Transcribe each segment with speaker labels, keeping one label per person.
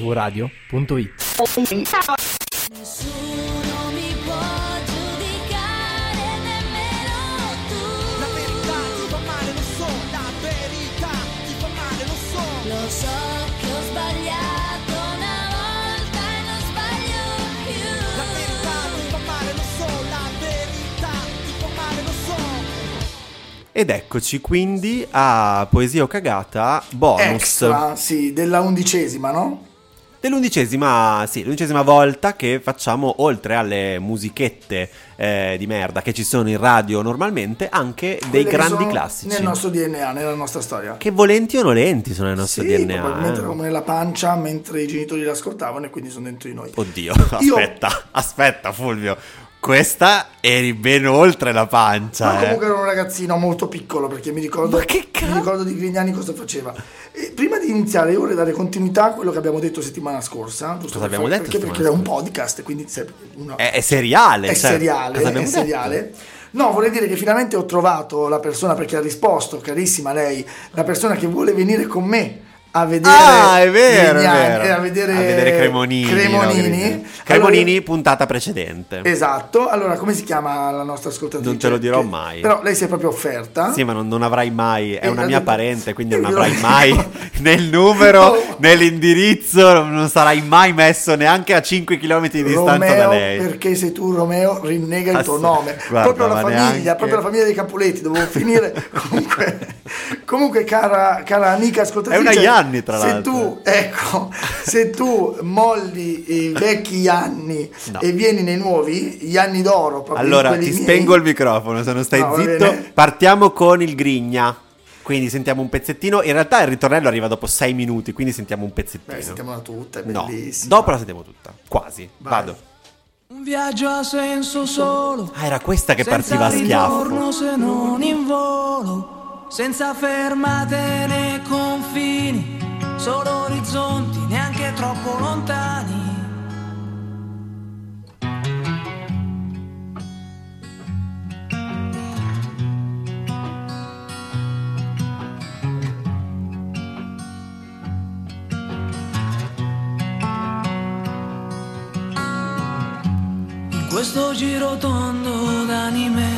Speaker 1: mvradio.it
Speaker 2: Nessuno mi può giudicare, nemmeno tu.
Speaker 3: La verità ti fa male, lo so, la verità ti fa male, lo so.
Speaker 2: Lo so che ho sbagliato una volta e non sbaglio
Speaker 3: La verità
Speaker 2: più.
Speaker 3: ti fa male, lo so, la verità ti fa male, lo so.
Speaker 4: Ed eccoci quindi a Poesia o Cagata bonus.
Speaker 5: Extra, sì, della undicesima, no?
Speaker 4: Dell'undicesima, sì, l'undicesima volta che facciamo, oltre alle musichette eh, di merda che ci sono in radio normalmente, anche dei
Speaker 5: Quelle che
Speaker 4: grandi
Speaker 5: sono
Speaker 4: classici.
Speaker 5: Nel nostro DNA, nella nostra storia.
Speaker 4: Che volenti o nolenti sono nel nostro
Speaker 5: sì,
Speaker 4: DNA.
Speaker 5: probabilmente
Speaker 4: eh.
Speaker 5: eravamo nella pancia mentre i genitori l'ascoltavano e quindi sono dentro di noi.
Speaker 4: Oddio,
Speaker 5: Io-
Speaker 4: aspetta, aspetta Fulvio. Questa eri ben oltre la pancia.
Speaker 5: Ma
Speaker 4: eh.
Speaker 5: comunque era un ragazzino molto piccolo perché mi ricordo,
Speaker 4: Ma che ca-
Speaker 5: mi ricordo di Grignani cosa faceva. E prima di iniziare, io vorrei dare continuità a quello che abbiamo detto settimana scorsa. Giusto
Speaker 4: Cosa abbiamo
Speaker 5: far-
Speaker 4: detto
Speaker 5: Perché, perché era
Speaker 4: settimana Eh,
Speaker 5: un podcast, quindi se- uno-
Speaker 4: È, è seriale.
Speaker 5: è
Speaker 4: cioè,
Speaker 5: seriale.
Speaker 4: cosa
Speaker 5: È
Speaker 4: abbiamo detto?
Speaker 5: seriale. No, vorrei dire che finalmente ho trovato la persona perché ha risposto, carissima lei, la persona che vuole venire con me a vedere
Speaker 4: Ah, è vero, è
Speaker 5: Grignani
Speaker 4: vero.
Speaker 5: e a vedere,
Speaker 4: Cremonini. no,
Speaker 5: Cremonini.
Speaker 4: Cremonini.
Speaker 5: Allora,
Speaker 4: Cremonini, puntata precedente.
Speaker 5: Esatto, allora come si chiama la nostra ascoltatrice?
Speaker 4: Non te lo dirò
Speaker 5: Che-
Speaker 4: mai.
Speaker 5: Però lei si è proprio offerta.
Speaker 4: Sì, ma non, non avrai mai, è
Speaker 5: Eh,
Speaker 4: una
Speaker 5: ha
Speaker 4: mia
Speaker 5: detto-
Speaker 4: parente, quindi
Speaker 5: Io
Speaker 4: non
Speaker 5: glielo
Speaker 4: avrai
Speaker 5: dico.
Speaker 4: mai nel numero,
Speaker 5: No.
Speaker 4: nell'indirizzo, non non sarai mai messo neanche a 5 km di distanza da
Speaker 5: Romeo,
Speaker 4: lei.
Speaker 5: perché sei tu Romeo, rinnega il tuo
Speaker 4: Ass-
Speaker 5: nome.
Speaker 4: guarda,
Speaker 5: proprio la
Speaker 4: ma
Speaker 5: famiglia,
Speaker 4: neanche-
Speaker 5: proprio la famiglia dei Capuletti, dovevo finire comunque. comunque cara, cara amica ascoltatrice,
Speaker 4: È una Ianni, tra
Speaker 5: se
Speaker 4: l'altro.
Speaker 5: tu, ecco, se tu molli i vecchi anni
Speaker 4: No.
Speaker 5: e vieni nei nuovi, gli anni d'oro, proprio
Speaker 4: Allora,
Speaker 5: quelli
Speaker 4: ti
Speaker 5: miei-
Speaker 4: spengo il microfono, se non stai
Speaker 5: No, va
Speaker 4: zitto.
Speaker 5: bene.
Speaker 4: Partiamo con il grigna. Quindi sentiamo un pezzettino. In realtà il ritornello arriva dopo 6 minuti, quindi sentiamo un pezzettino.
Speaker 5: Beh, sentiamola tutta, è
Speaker 4: No,
Speaker 5: bellissima.
Speaker 4: dopo la sentiamo tutta. Quasi.
Speaker 5: Vai.
Speaker 4: Vado.
Speaker 6: Un viaggio a senso solo,
Speaker 4: Ah, era questa che partiva
Speaker 6: senza
Speaker 4: a schiaffo.
Speaker 6: ritorno se non in volo, senza fermate né confini, solo orizzonti neanche troppo lontani. In questo giro tondo d'anime,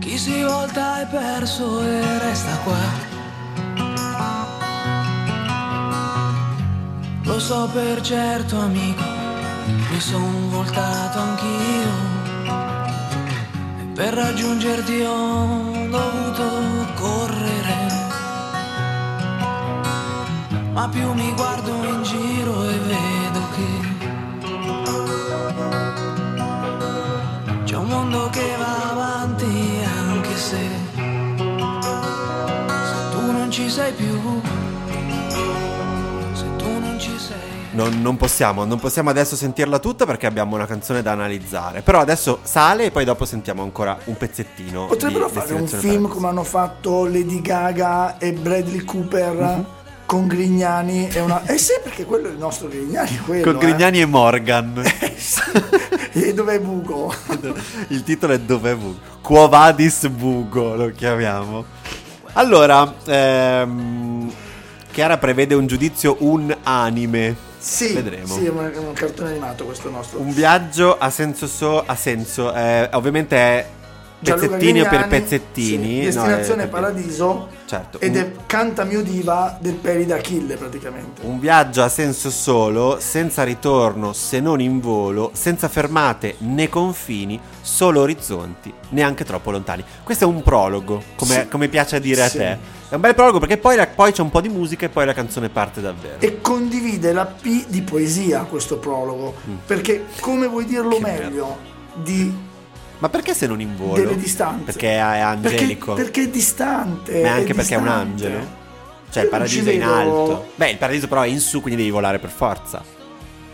Speaker 6: chi si volta è perso e resta qua. Lo so per certo amico, mi son voltato anch'io. E per raggiungerti ho dovuto correre ma più mi guardo in giro e vedo che c'è un mondo che va avanti anche se, se tu non ci sei più, se tu non ci sei.
Speaker 4: Non, non possiamo, non possiamo adesso sentirla tutta perché abbiamo una canzone da analizzare. Però adesso sale e poi dopo sentiamo ancora un pezzettino.
Speaker 5: Potrebbero
Speaker 4: di
Speaker 5: fare un
Speaker 4: Destinazione
Speaker 5: film
Speaker 4: Paradiso.
Speaker 5: come hanno fatto Lady Gaga e Bradley Cooper
Speaker 4: Mhm.
Speaker 5: con Grignani e una... Eh sì, perché quello è il nostro Grignani, quello.
Speaker 4: Con Grignani e Morgan.
Speaker 5: Eh. Sì. e dov'è Buco?
Speaker 4: Il titolo è Dov'è Bugo? Cuovadis Bugo lo chiamiamo. Allora, ehm, Chiara prevede un giudizio un anime.
Speaker 5: Sì,
Speaker 4: Vedremo.
Speaker 5: sì, è un, è un cartone animato questo nostro.
Speaker 4: Un viaggio a senso so, a senso. eh, ovviamente è
Speaker 5: Gianluca
Speaker 4: pezzettini o per
Speaker 5: Grignani,
Speaker 4: pezzettini.
Speaker 5: sì,
Speaker 4: no,
Speaker 5: Destinazione
Speaker 4: è-
Speaker 5: Paradiso
Speaker 4: Certo,
Speaker 5: ed
Speaker 4: un-
Speaker 5: è Canta mio diva del peri d'Achille praticamente.
Speaker 4: Un viaggio a senso solo, senza ritorno se non in volo, senza fermate né confini, solo orizzonti, neanche troppo lontani. Questo è un prologo, come,
Speaker 5: Sì.
Speaker 4: come piace dire
Speaker 5: Sì.
Speaker 4: a te. È un bel prologo perché poi, la- poi c'è un po' di musica e poi la canzone parte davvero.
Speaker 5: E condivide la P di poesia questo prologo, perché come vuoi dirlo
Speaker 4: Mm. Che
Speaker 5: meglio di
Speaker 4: Ma perché se non in volo?
Speaker 5: delle distanze.
Speaker 4: Perché è angelico.
Speaker 5: Perché, perché è distante.
Speaker 4: Ma anche
Speaker 5: è
Speaker 4: perché è un
Speaker 5: distante.
Speaker 4: angelo. Cioè,
Speaker 5: Io
Speaker 4: il
Speaker 5: non ci
Speaker 4: paradiso è in
Speaker 5: vedo-
Speaker 4: alto. Beh, il paradiso però è in su, quindi devi volare per forza.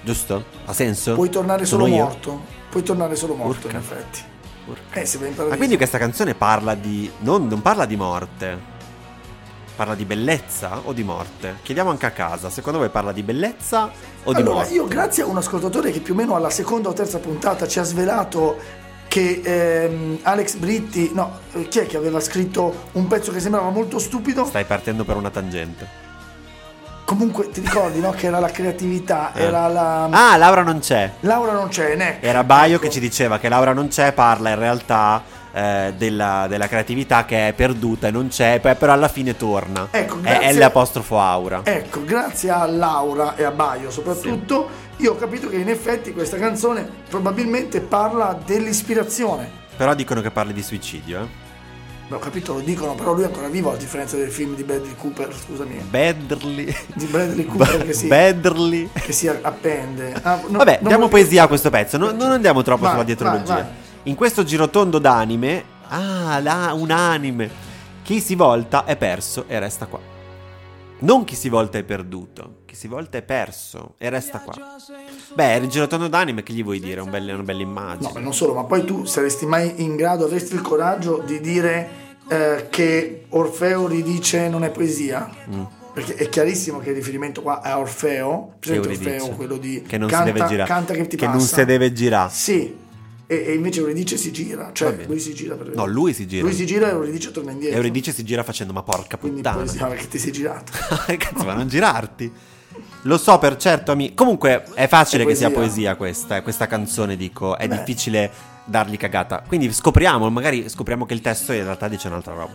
Speaker 4: Giusto? Ha senso?
Speaker 5: Puoi tornare solo
Speaker 4: Sono io?
Speaker 5: morto. Puoi tornare solo morto,
Speaker 4: Urca.
Speaker 5: in effetti.
Speaker 4: Urca.
Speaker 5: Eh, se vai in
Speaker 4: Ma
Speaker 5: paradiso.
Speaker 4: quindi questa canzone parla di. Non, non parla di morte. Parla di bellezza o di morte? Chiediamo anche a casa, secondo voi parla di bellezza o di
Speaker 5: allora,
Speaker 4: morte?
Speaker 5: io grazie a un ascoltatore che più o meno alla seconda o terza puntata ci ha svelato che che ehm, Alex Britti, no, eh, chi è che aveva scritto un pezzo che sembrava molto stupido?
Speaker 4: Stai partendo per una tangente.
Speaker 5: Comunque ti ricordi, no, che era la creatività,
Speaker 4: Eh.
Speaker 5: era la...
Speaker 4: Ah, Laura non c'è.
Speaker 5: Laura Ecco. non c'è, ne.
Speaker 4: Era Baio che ci diceva che Laura non c'è, parla in realtà eh, della, della creatività che è perduta e non c'è, poi però alla fine torna.
Speaker 5: Ecco,
Speaker 4: è
Speaker 5: grazie-
Speaker 4: L apostrofo aura.
Speaker 5: Ecco, grazie a Laura e a Baio soprattutto, io ho capito che in effetti questa canzone probabilmente parla dell'ispirazione.
Speaker 4: Però dicono che parli di suicidio, eh.
Speaker 5: Beh, ho capito, lo dicono, però lui è ancora vivo a differenza del film di Bradley Cooper, scusami.
Speaker 4: Bedrly.
Speaker 5: Di Bradley Cooper che si,
Speaker 4: Bedrly.
Speaker 5: che si appende. Ah, no,
Speaker 4: Vabbè,
Speaker 5: non
Speaker 4: diamo
Speaker 5: volevo-
Speaker 4: poesia a questo pezzo, non, non andiamo troppo
Speaker 5: Vai,
Speaker 4: sulla
Speaker 5: vai,
Speaker 4: dietrologia.
Speaker 5: vai.
Speaker 4: In questo girotondo d'anime, ah, là, un anime, chi si volta è perso e resta qua. Non chi si volta è perduto, chi si volta è perso e resta qua. Beh, il girotondo d'anime, che gli vuoi dire? Un bel- una bella
Speaker 5: No,
Speaker 4: immagine.
Speaker 5: ma non solo, ma poi tu saresti mai in grado, avresti il coraggio di dire eh, che Orfeo ridice non è poesia?
Speaker 4: Mm.
Speaker 5: Perché è chiarissimo che il riferimento qua è a Orfeo, presente
Speaker 4: Euridice.
Speaker 5: Orfeo, quello di
Speaker 4: Che non
Speaker 5: canta,
Speaker 4: si deve girare.
Speaker 5: canta che ti passa.
Speaker 4: non si deve girare.
Speaker 5: Sì. E, e invece Euridice si gira,
Speaker 4: Va
Speaker 5: cioè
Speaker 4: bene.
Speaker 5: lui si gira per
Speaker 4: No, lui si gira.
Speaker 5: Lui si gira e Euridice torna indietro.
Speaker 4: Euridice si gira facendo, ma porca
Speaker 5: Quindi
Speaker 4: puttana.
Speaker 5: poesia perché ti sei girato.
Speaker 4: Cazzo, ma non girarti. Lo so per certo, amico. Comunque è facile
Speaker 5: È
Speaker 4: che sia
Speaker 5: poesia.
Speaker 4: poesia questa, eh, questa canzone, dico. È
Speaker 5: Beh.
Speaker 4: difficile dargli cagata. Quindi scopriamo, magari scopriamo che il testo in realtà dice un'altra roba.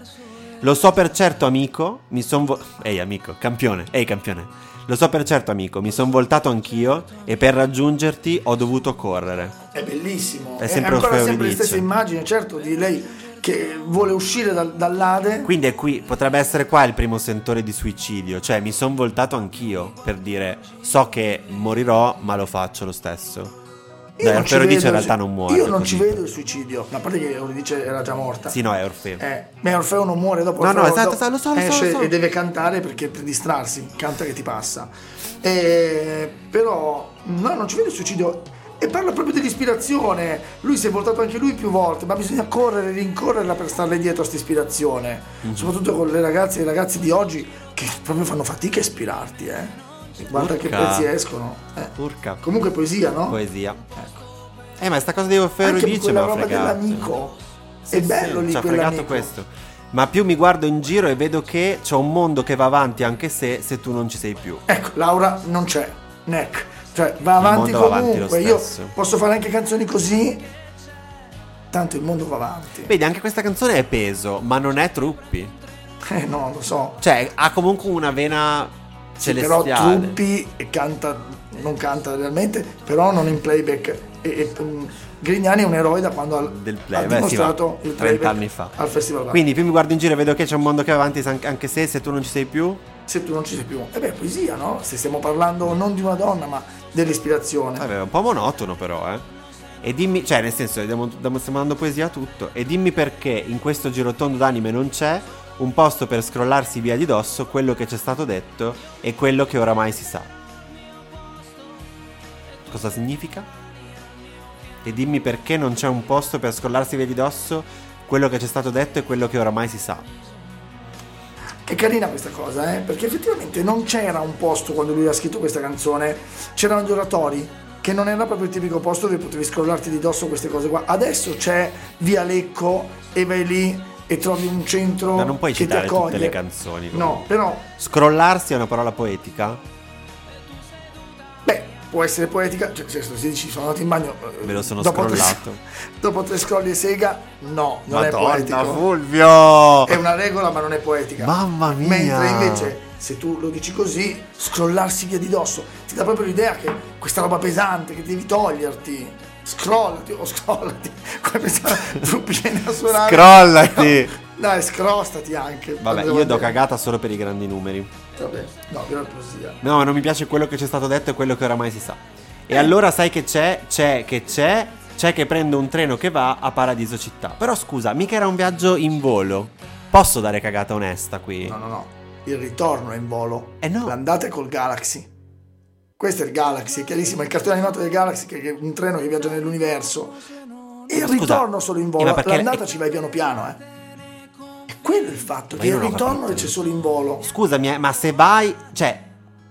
Speaker 4: Lo so per certo, amico, mi son vo- Ehi, amico, campione, ehi, campione. Lo so per certo, amico, mi sono voltato anch'io e per raggiungerti ho dovuto correre.
Speaker 5: È bellissimo.
Speaker 4: È sempre
Speaker 5: ancora
Speaker 4: Orfeo
Speaker 5: sempre la
Speaker 4: Euridice.
Speaker 5: stessa immagine, certo, di lei che vuole uscire dal- dall'Ade.
Speaker 4: Quindi è qui, potrebbe essere qua il primo sentore di suicidio, cioè mi sono voltato anch'io per dire so che morirò ma lo faccio lo stesso.
Speaker 5: Io
Speaker 4: Dai,
Speaker 5: non ci
Speaker 4: Orfeo dice
Speaker 5: vedo
Speaker 4: in
Speaker 5: il-
Speaker 4: realtà non muore.
Speaker 5: Io non ci
Speaker 4: così.
Speaker 5: vedo il suicidio. Ma a parte che Euridice era già morta.
Speaker 4: Sì, no, è Orfeo.
Speaker 5: Eh, ma Orfeo non muore dopo
Speaker 4: No,
Speaker 5: Orfeo
Speaker 4: no, esatto,
Speaker 5: dopo-
Speaker 4: esatto, lo so, lo so,
Speaker 5: esce
Speaker 4: lo so.
Speaker 5: e deve cantare perché per distrarsi, canta che ti passa. Eh, però no, non ci vedo il suicidio e parla proprio dell'ispirazione. Lui si è voltato anche lui più volte, ma bisogna correre, rincorrerla per starle dietro a questa ispirazione.
Speaker 4: Mhm.
Speaker 5: Soprattutto con le ragazze e i ragazzi di oggi che proprio fanno fatica a ispirarti, eh. Guarda che
Speaker 4: Urca.
Speaker 5: pezzi escono. eh.
Speaker 4: Urca.
Speaker 5: Comunque poesia, no?
Speaker 4: Poesia. Eh, ma sta cosa di Orfeo
Speaker 5: Anche
Speaker 4: Euridice mi
Speaker 5: quella
Speaker 4: ha
Speaker 5: roba
Speaker 4: fregato.
Speaker 5: dell'amico.
Speaker 4: Sì,
Speaker 5: è
Speaker 4: sì,
Speaker 5: bello lì
Speaker 4: Ci ha fregato
Speaker 5: quell'amico.
Speaker 4: questo. Ma più mi guardo in giro e vedo che c'è un mondo che va avanti anche se, se tu non ci sei più.
Speaker 5: Ecco, Laura non c'è, neck. Cioè, va avanti
Speaker 4: mondo va avanti
Speaker 5: comunque.
Speaker 4: lo
Speaker 5: Io
Speaker 4: stesso.
Speaker 5: posso fare anche canzoni così. Tanto il mondo va avanti.
Speaker 4: Vedi, anche questa canzone è peso, ma non è truppi.
Speaker 5: Eh no, lo so.
Speaker 4: Cioè, ha comunque una vena
Speaker 5: Sì,
Speaker 4: celestiale.
Speaker 5: però Truppi canta, non canta realmente, però non in playback. E, e, mm, Grignani è un eroe da quando ha,
Speaker 4: del
Speaker 5: ha
Speaker 4: play, beh, sì, ma
Speaker 5: dimostrato il
Speaker 4: 30
Speaker 5: playback
Speaker 4: anni fa.
Speaker 5: al festival. Quindi,
Speaker 4: Quindi più mi guardo in giro e vedo che c'è un mondo che va avanti san- anche se se tu non ci sei più.
Speaker 5: se tu non ci sei più, eh beh, poesia, no? Se stiamo parlando non di una donna, ma dell'ispirazione.
Speaker 4: Vabbè, Eh, è un po' monotono però, eh. E dimmi, cioè nel senso, diamo- diamo- stiamo dando poesia a tutto. E dimmi perché in questo girotondo d'anime non c'è un posto per scrollarsi via di dosso quello che c'è stato detto e quello che oramai si sa. Cosa significa? E dimmi perché non c'è un posto per scrollarsi via di dosso quello che c'è stato detto e quello che oramai si sa.
Speaker 5: È carina questa cosa, eh? perché effettivamente non c'era un posto quando lui ha scritto questa canzone, c'erano gli oratori, che non era proprio il tipico posto dove potevi scrollarti di dosso queste cose qua. Adesso c'è Via Lecco e vai lì e trovi un centro
Speaker 4: Ma non puoi
Speaker 5: che
Speaker 4: citare
Speaker 5: ti accoglie.
Speaker 4: tutte le canzoni,
Speaker 5: No,
Speaker 4: comunque.
Speaker 5: però,
Speaker 4: Scrollarsi è una parola poetica?
Speaker 5: beh, può essere poetica, cioè, cioè se dici sono andato in bagno... eh,
Speaker 4: Me lo sono
Speaker 5: dopo tre-
Speaker 4: scrollato.
Speaker 5: dopo tre scrolli e sega, no, non è
Speaker 4: Madonna,
Speaker 5: poetico.
Speaker 4: Fulvio!
Speaker 5: È una regola ma non è poetica.
Speaker 4: Mamma mia!
Speaker 5: Mentre invece se tu lo dici così, scrollarsi via di dosso, ti dà proprio l'idea che questa roba pesante che devi toglierti, scrollati o scrollati, come pensava Truppi viene a suonare.
Speaker 4: Scrollati!
Speaker 5: No, dai, scrostati anche.
Speaker 4: Vabbè, io do cagata solo per i grandi numeri.
Speaker 5: Vabbè, no, però è poesia.
Speaker 4: No, ma non mi piace quello che c'è stato detto e quello che oramai si sa.
Speaker 5: Eh.
Speaker 4: E allora sai che c'è, c'è che c'è, c'è che prendo un treno che va a Paradiso Città. Però scusa, mica era un viaggio in volo. Posso dare cagata onesta qui?
Speaker 5: No, no, no. Il ritorno è in volo.
Speaker 4: Eh no.
Speaker 5: L'andata è col Galaxy. Questo è il Galaxy, è chiarissimo, è il cartone animato del Galaxy che che è un treno che viaggia nell'universo. E il
Speaker 4: Scusa,
Speaker 5: ritorno solo in
Speaker 4: eh,
Speaker 5: volo,
Speaker 4: ma perché-
Speaker 5: l'andata ci vai piano piano, eh. È quello il fatto, che
Speaker 4: io
Speaker 5: il
Speaker 4: non ho
Speaker 5: ritorno
Speaker 4: capito.
Speaker 5: c'è solo in volo.
Speaker 4: Scusami, eh, ma se vai, cioè,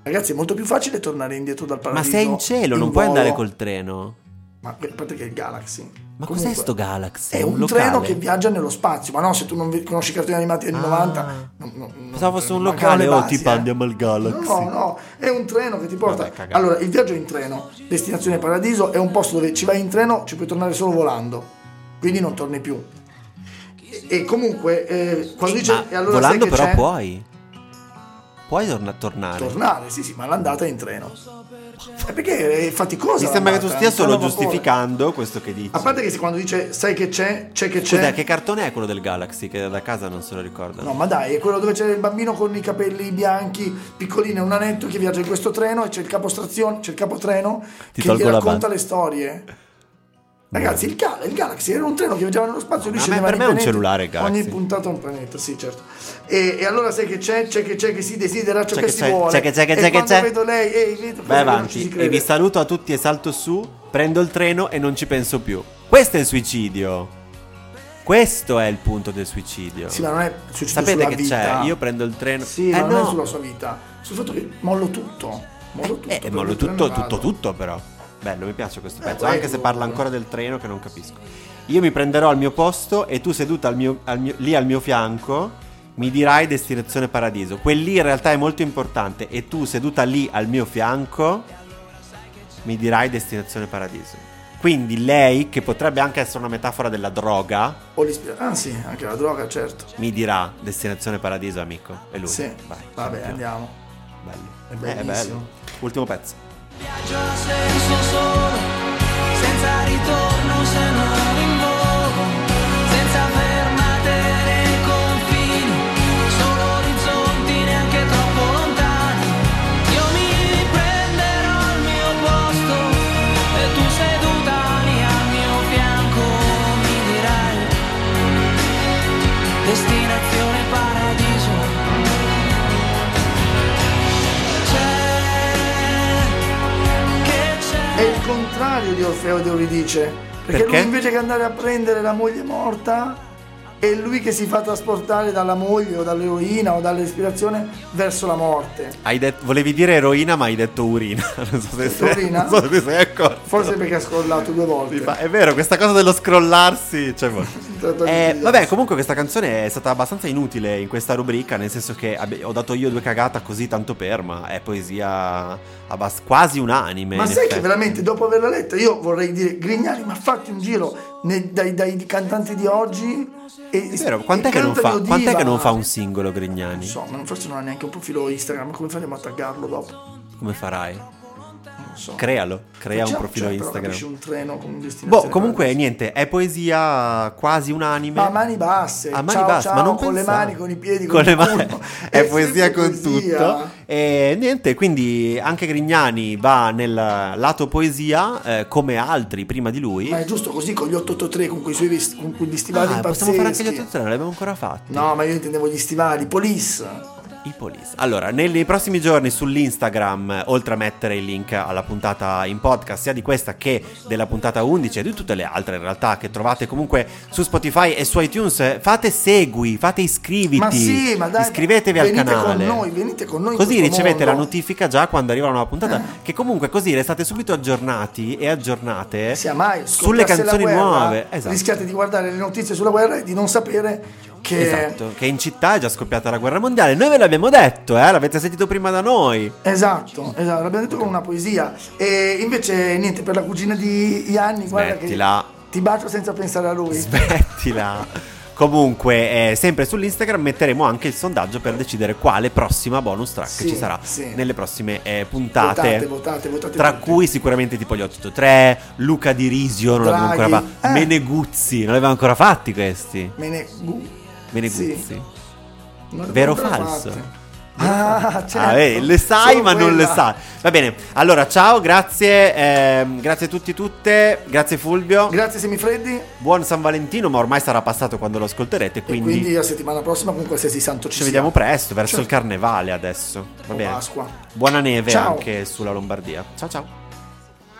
Speaker 5: Ragazzi, è molto più facile tornare indietro dal
Speaker 4: ma
Speaker 5: paradiso.
Speaker 4: sei in cielo, non puoi
Speaker 5: volo.
Speaker 4: andare col treno.
Speaker 5: Ma a parte che è il Galaxy.
Speaker 4: Ma
Speaker 5: Comunque,
Speaker 4: cos'è sto Galaxy?
Speaker 5: È un,
Speaker 4: locale?
Speaker 5: treno che viaggia nello spazio, ma no, se tu non vi- conosci i cartoni animati degli anni
Speaker 4: Ah.
Speaker 5: 90, no, no, no,
Speaker 4: Pensavo fosse un
Speaker 5: mancano le
Speaker 4: locale, oh,
Speaker 5: basi,
Speaker 4: tipo
Speaker 5: eh.
Speaker 4: andiamo al Galaxy.
Speaker 5: No, no, è un treno che ti porta.
Speaker 4: Vabbè, cagate.
Speaker 5: allora, il viaggio in treno, destinazione paradiso, è un posto dove ci vai in treno, ci puoi tornare solo volando, quindi non torni più. E, e comunque, eh, quando dice.
Speaker 4: Ma
Speaker 5: e allora sai
Speaker 4: volando
Speaker 5: che
Speaker 4: però
Speaker 5: c'è?
Speaker 4: puoi. Puoi torna- tornare.
Speaker 5: Tornare, sì, sì, ma l'andata è in treno. Eh, perché è faticosa.
Speaker 4: Mi sembra che tu stia
Speaker 5: l'andata, non fanno
Speaker 4: solo
Speaker 5: vapore.
Speaker 4: giustificando questo che dici.
Speaker 5: A parte che se quando dice sai che c'è, c'è che c'è.
Speaker 4: Cos'è, che cartone è quello del Galaxy? Che da casa non se lo ricordo.
Speaker 5: No, ma dai, è quello dove c'è il bambino con i capelli bianchi, piccolino e un anetto che viaggia in questo treno e c'è il capostrazione, c'è il capotreno
Speaker 4: Ti
Speaker 5: che gli
Speaker 4: tolgo la
Speaker 5: racconta
Speaker 4: banda.
Speaker 5: le storie. Ragazzi, il, Gal- il Galaxy era un treno che viaggiava nello spazio,
Speaker 4: Ma
Speaker 5: lui
Speaker 4: a
Speaker 5: scendeva
Speaker 4: me- per
Speaker 5: nei
Speaker 4: me è un
Speaker 5: pianeti,
Speaker 4: cellulare il Galaxy.
Speaker 5: Ogni puntata è un pianeta, sì, certo. E, e allora sai che c'è, c'è che c'è che si desidera ciò
Speaker 4: C'è
Speaker 5: che,
Speaker 4: che
Speaker 5: si
Speaker 4: c'è,
Speaker 5: vuole.
Speaker 4: c'è che c'è che
Speaker 5: E
Speaker 4: c'è che
Speaker 5: quando
Speaker 4: c'è.
Speaker 5: vedo lei, ehi, vedo
Speaker 4: Vai
Speaker 5: quello che non ci si
Speaker 4: avanti. E vi
Speaker 5: crede.
Speaker 4: saluto a tutti e salto su, prendo il treno e non ci penso più. Questo è il suicidio. Questo è il punto del suicidio.
Speaker 5: Sì, ma non è successo
Speaker 4: Sapete
Speaker 5: sulla
Speaker 4: che
Speaker 5: vita.
Speaker 4: c'è? Io prendo il treno.
Speaker 5: Sì,
Speaker 4: eh
Speaker 5: ma non
Speaker 4: no.
Speaker 5: è sulla sua vita, sul fatto che mollo tutto. Mollo tutto.
Speaker 4: Eh,
Speaker 5: per
Speaker 4: mollo
Speaker 5: il treno
Speaker 4: tutto,
Speaker 5: vado.
Speaker 4: tutto, tutto però. Bello, mi piace questo
Speaker 5: Eh,
Speaker 4: pezzo,
Speaker 5: bello,
Speaker 4: anche se parla
Speaker 5: bello.
Speaker 4: ancora del treno che non capisco. Io mi prenderò al mio posto e tu seduta al mio- al mio- lì al mio fianco mi dirai destinazione paradiso. Quel lì in realtà è molto importante e tu seduta lì al mio fianco mi dirai destinazione paradiso. Quindi lei, che potrebbe anche essere una metafora della droga,
Speaker 5: O l'ispira- Ah sì, anche la droga, certo.
Speaker 4: mi dirà destinazione paradiso, amico. E lui.
Speaker 5: Sì,
Speaker 4: vai,
Speaker 5: vabbè,
Speaker 4: campione.
Speaker 5: andiamo.
Speaker 4: Bello.
Speaker 5: È
Speaker 4: Eh,
Speaker 5: bellissimo.
Speaker 4: bello. Ultimo pezzo.
Speaker 6: Viaggio a senso solo, senza ritorno se non in volo, senza fermate né confini, solo orizzonti neanche troppo lontani. Io mi prenderò al mio posto e tu seduta lì al mio fianco mi dirai destinazione paradiso. C'è che
Speaker 5: È
Speaker 6: c'è
Speaker 5: il contrario di Orfeo e Euridice. Perché,
Speaker 4: Perché?
Speaker 5: lui invece che andare a prendere la moglie morta, è lui che si fa trasportare dalla moglie o dall'eroina o dall'ispirazione verso la morte.
Speaker 4: Hai detto- volevi dire eroina, ma hai detto urina. Non so se, sei,
Speaker 5: Urina?
Speaker 4: non so se ti sei accorto.
Speaker 5: Forse perché ha scollato due volte.
Speaker 4: Sì, ma è vero, questa cosa dello scrollarsi. Cioè, boh.
Speaker 5: Tanto
Speaker 4: Eh,
Speaker 5: di-
Speaker 4: vabbè, comunque questa canzone è stata abbastanza inutile in questa rubrica, nel senso che abbi- ho dato io due cagata così tanto per, ma è poesia abbas- quasi unanime.
Speaker 5: Ma
Speaker 4: in
Speaker 5: sai che
Speaker 4: effetti.
Speaker 5: veramente dopo averla letta io vorrei dire Grignani ma fatti un giro ne- dai, dai cantanti di oggi e,
Speaker 4: È vero, quant'è, che non, fa, quant'è che non fa un singolo
Speaker 5: Non
Speaker 4: Grignani?
Speaker 5: so, ma forse non ha neanche un profilo Instagram, come faremo a taggarlo dopo?
Speaker 4: Come farai?
Speaker 5: Non so.
Speaker 4: Crealo, crea un
Speaker 5: Facciamo-
Speaker 4: profilo
Speaker 5: cioè, però capisci,
Speaker 4: Instagram.
Speaker 5: un treno con destinazione
Speaker 4: Boh, comunque
Speaker 5: diversa.
Speaker 4: niente, è poesia quasi unanime.
Speaker 5: Ma a mani basse,
Speaker 4: a mani
Speaker 5: ciao,
Speaker 4: basse,
Speaker 5: ciao,
Speaker 4: ma non
Speaker 5: con le
Speaker 4: pensavo.
Speaker 5: mani, con i piedi,
Speaker 4: con, le
Speaker 5: il
Speaker 4: mani.
Speaker 5: culo.
Speaker 4: È
Speaker 5: sempre
Speaker 4: poesia con
Speaker 5: poesia.
Speaker 4: tutto. E niente, quindi anche Grignani va nel lato poesia eh, come altri prima di lui.
Speaker 5: Ma è giusto così con gli 883 con quei suoi vesti- con quegli stivali
Speaker 4: Ah, possiamo
Speaker 5: pazzeschi.
Speaker 4: fare anche gli 83, non l'abbiamo ancora fatti.
Speaker 5: No, ma io intendevo gli stivali, Polis.
Speaker 4: I police. Allora, nei prossimi giorni sull'Instagram, eh, oltre a mettere il link alla puntata in podcast, sia di questa che della puntata 11 e di tutte le altre in realtà che trovate comunque su Spotify e su iTunes, eh, fate segui, fate iscriviti.
Speaker 5: Ma sì, ma dai,
Speaker 4: Iscrivetevi al
Speaker 5: venite
Speaker 4: canale.
Speaker 5: con noi, venite con noi in
Speaker 4: Così
Speaker 5: questo
Speaker 4: ricevete la
Speaker 5: mondo. Eh.
Speaker 4: notifica già quando arriva una nuova puntata. Che comunque così restate subito aggiornati e aggiornate
Speaker 5: Sia mai
Speaker 4: Eh, sulle
Speaker 5: scoppiasse la
Speaker 4: canzoni
Speaker 5: guerra,
Speaker 4: nuove. Esatto.
Speaker 5: Rischiate di guardare le notizie sulla guerra e di non sapere che
Speaker 4: Esatto, che in città è già scoppiata la guerra mondiale. Noi ve l'abbiamo detto, eh, l'avete sentito prima da noi.
Speaker 5: Esatto, esatto, l'abbiamo detto con una poesia. E invece, niente, per la cugina di Ianni, guarda che
Speaker 4: Smettila.
Speaker 5: ti bacio senza pensare a lui.
Speaker 4: Smettila. Comunque, eh, sempre sull'Instagram metteremo anche il sondaggio per decidere quale prossima bonus track
Speaker 5: Sì,
Speaker 4: ci sarà
Speaker 5: sì.
Speaker 4: nelle prossime eh, puntate.
Speaker 5: Votate, votate, votate
Speaker 4: Tra
Speaker 5: tutti.
Speaker 4: cui sicuramente tipo gli 883, Luca Di Risio, non l'abbiamo ancora
Speaker 5: Draghi.
Speaker 4: fatto.
Speaker 5: Eh.
Speaker 4: Meneguzzi, non l'avevamo ancora fatti questi.
Speaker 5: Me ne. gu-
Speaker 4: Meneguzzi.
Speaker 5: Sì. non le
Speaker 4: Vero o
Speaker 5: abbiamo ancora
Speaker 4: falso?
Speaker 5: fatte. Ah, certo.
Speaker 4: Ah, eh, le sai
Speaker 5: Solo
Speaker 4: ma non le
Speaker 5: quella.
Speaker 4: sai. Va bene, allora ciao, grazie, ehm, grazie a tutti tutte, grazie Fulvio,
Speaker 5: Grazie, Semifreddi.
Speaker 4: buon San Valentino, ma ormai sarà passato quando lo ascolterete,
Speaker 5: E
Speaker 4: quindi,
Speaker 5: quindi la settimana prossima con qualsiasi santo ci
Speaker 4: ci
Speaker 5: sia.
Speaker 4: vediamo presto, verso
Speaker 5: Ciao.
Speaker 4: il carnevale adesso. Va
Speaker 5: O
Speaker 4: bene.
Speaker 5: Pasqua.
Speaker 4: Buona neve
Speaker 5: Ciao.
Speaker 4: anche sulla Lombardia. Ciao ciao.